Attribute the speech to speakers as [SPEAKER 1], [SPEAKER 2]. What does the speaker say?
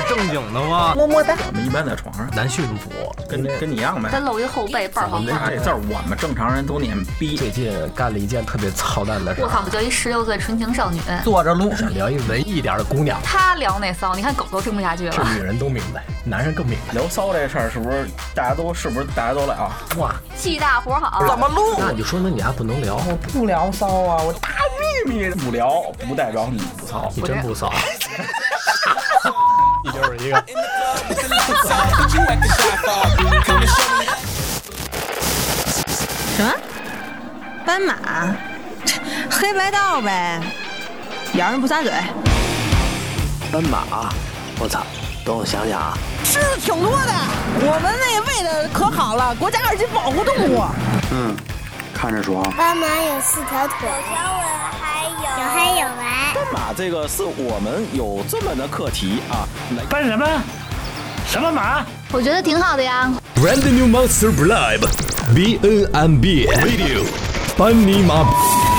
[SPEAKER 1] 爽啊！
[SPEAKER 2] 么么哒。
[SPEAKER 3] 我们一般在床上，
[SPEAKER 1] 男驯服。
[SPEAKER 3] 跟
[SPEAKER 4] 嗯
[SPEAKER 3] 跟你一样呗。
[SPEAKER 5] 咱搂一后背，倍儿好玩。
[SPEAKER 3] 那这字儿我们正常人都念逼，
[SPEAKER 1] 最近干了一件特别操蛋的事
[SPEAKER 5] 我
[SPEAKER 1] 儿，
[SPEAKER 5] 靠，我就一十六岁纯情少女，
[SPEAKER 1] 坐着录想聊一文艺一点的姑娘，
[SPEAKER 5] 她聊那骚，你看狗都听不下去
[SPEAKER 1] 这
[SPEAKER 5] 了。
[SPEAKER 1] 女人都明白，男人更明白。
[SPEAKER 3] 聊骚这事儿是不是大家都是不是大家都来 啊？
[SPEAKER 1] 哇，
[SPEAKER 5] 气大活好，
[SPEAKER 2] 怎么录？
[SPEAKER 1] 那就说明你还不能聊，
[SPEAKER 2] 我不聊骚啊，我
[SPEAKER 3] 秘密不聊不代表你不操，
[SPEAKER 1] 你真不啊骚。 你就是一个。
[SPEAKER 6] 什么？斑马？这黑白道呗，咬人不撒嘴，
[SPEAKER 7] 斑马，我操！等我想想啊，
[SPEAKER 6] 吃的挺多的。我们那喂的可好了，国家二级保护动物。
[SPEAKER 7] 嗯，看着爽。
[SPEAKER 8] 斑马有四条腿，有条纹，还有有黑有白。
[SPEAKER 9] 斑马这个是我们有这么的课题啊，来
[SPEAKER 4] 办什么？什么马？
[SPEAKER 5] 我觉得挺好的呀。
[SPEAKER 10] Brand new monster live BNMB Radio 班尼马。